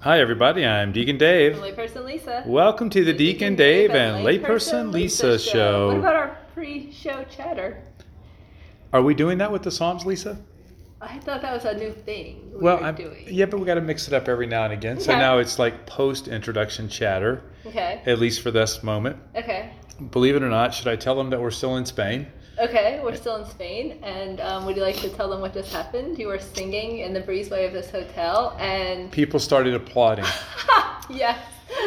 Hi, everybody. I'm Deacon Dave. Layperson Lisa. Welcome to the Deacon Dave and Layperson Lisa What show. about our pre-show chatter? Are we doing that with the Psalms, Lisa? I thought that was a new thing we Well, were I'm- doing. yeah, but we got to mix it up every now and again. So Okay. now it's like post introduction chatter, Okay. at least for this moment. Okay. Believe it or not, should I tell them that we're still in Spain? Okay. We're still in Spain, and um, would you like to tell them what just happened? You were singing in the breezeway of this hotel, and People started applauding. yes.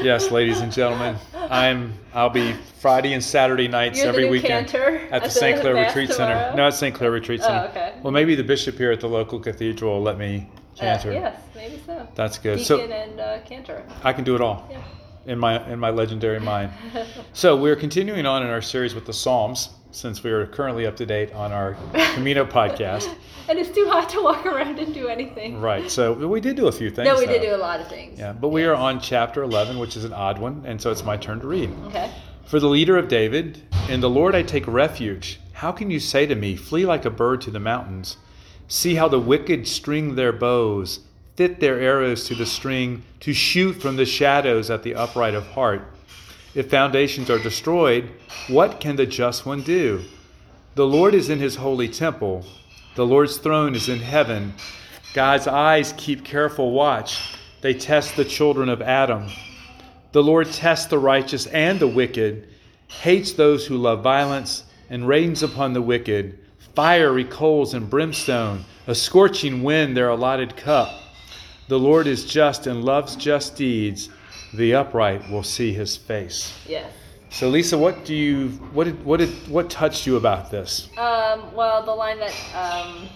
yes, ladies and gentlemen, I'm I'll be Friday and Saturday nights You're every the new weekend cantor at the St. Clair mass Retreat tomorrow? Oh, Center. No, it's St. Clair Retreat Center. okay. Well, maybe the bishop here at the local cathedral will let me Uh, cantor. yes, maybe so. That's good. Deacon so and uh, cantor. I can do it all Yeah. in my in my legendary mind. So we're continuing on in our series with the Psalms since we are currently up to date on our Camino podcast. and it's too hot to walk around and do anything. Right. So we did do a few things. No, we did though. do a lot of things. Yeah, but we are on chapter 11, which is an odd one, and so it's my turn to read. Okay. For the leader of David, in the Lord I take refuge. How can you say to me, Flee like a bird to the mountains? See how the wicked string their bows, fit their arrows to the string, to shoot from the shadows at the upright of heart. If foundations are destroyed, what can the just one do? The Lord is in his holy temple, the Lord's throne is in heaven. God's eyes keep careful watch, they test the children of Adam. The Lord tests the righteous and the wicked, hates those who love violence, and rains upon the wicked fiery coals and brimstone, a scorching wind, their allotted cup. The Lord is just and loves just deeds. The upright will see his face. Yes. So, Lisa, what do you what did what did what touched you about this? Um, well, the line that um,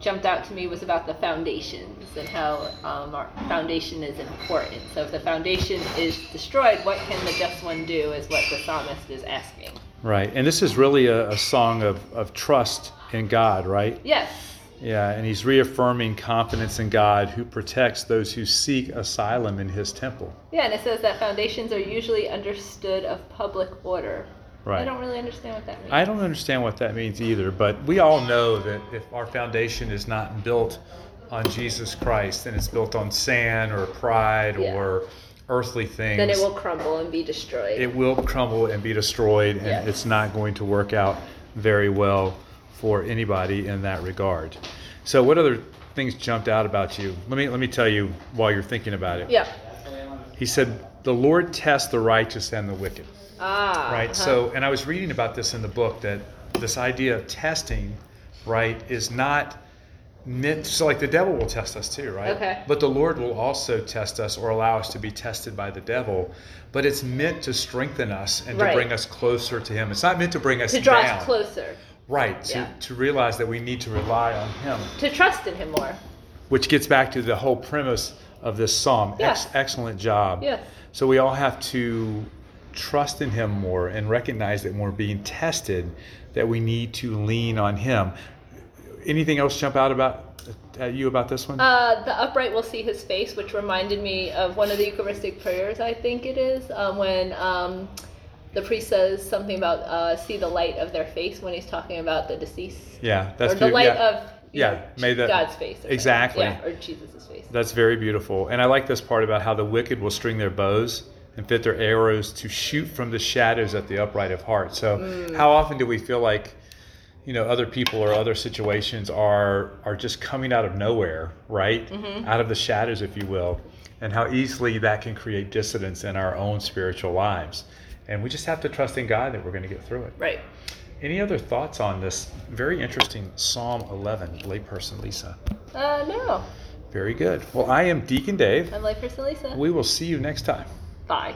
jumped out to me was about the foundations and how um, our foundation is important. So if the foundation is destroyed, what can the just one do? Is what the psalmist is asking. Right, and this is really a, a song of of trust in God, right? Yes. Yeah, and he's reaffirming confidence in God who protects those who seek asylum in his temple. Yeah, and it says that foundations are usually understood of public order. I don't really understand what that means. I don't understand what that means either, but we all know that if our foundation is not built on Jesus Christ and it's built on sand or pride Yeah. or earthly things, then it will crumble and be destroyed. it will crumble and be destroyed, and Yes. it's not going to work out very well for anybody in that regard. So, what other things jumped out about you? Let me let me tell you while you're thinking about it. yeah. He said, "The Lord tests the righteous and the wicked." Ah. right uh-huh. so and i was reading about this in the book that this idea of testing right is not meant so like the devil will test us too right Okay. but the lord will also test us or allow us to be tested by the devil but it's meant to strengthen us and Right. to bring us closer to him it's not meant to bring us to draw down us closer, right to, Yeah. to realize that we need to rely on him to trust in Him more. which gets back to the whole premise of this psalm Yes. excellent job Yes. so we all have to trust in Him more and recognize that when we're being tested, that we need to lean on Him. Anything else jump out about at you about this one? Uh, the upright will see his face, which reminded me of one of the Eucharistic prayers, I think it is, um, when um, the priest says something about uh, see the light of their face when he's talking about the deceased. yeah, that's or the beau- light yeah, of you Yeah, know, may the- God's face. or something. Exactly. Yeah, or Jesus' face. that's very beautiful. And I like this part about how the wicked will string their bows and fit their arrows to shoot from the shadows at the upright of heart. So how often do we feel like you know other people or other situations are are just coming out of nowhere right out of the shadows if you will and how easily that can create dissonance in our own spiritual lives and we just have to trust in god that we're going to get through it Right. any other thoughts on this very interesting psalm 11 layperson lisa Uh, no. very good well i am deacon dave I'm layperson Lisa. we will see you next time Bye.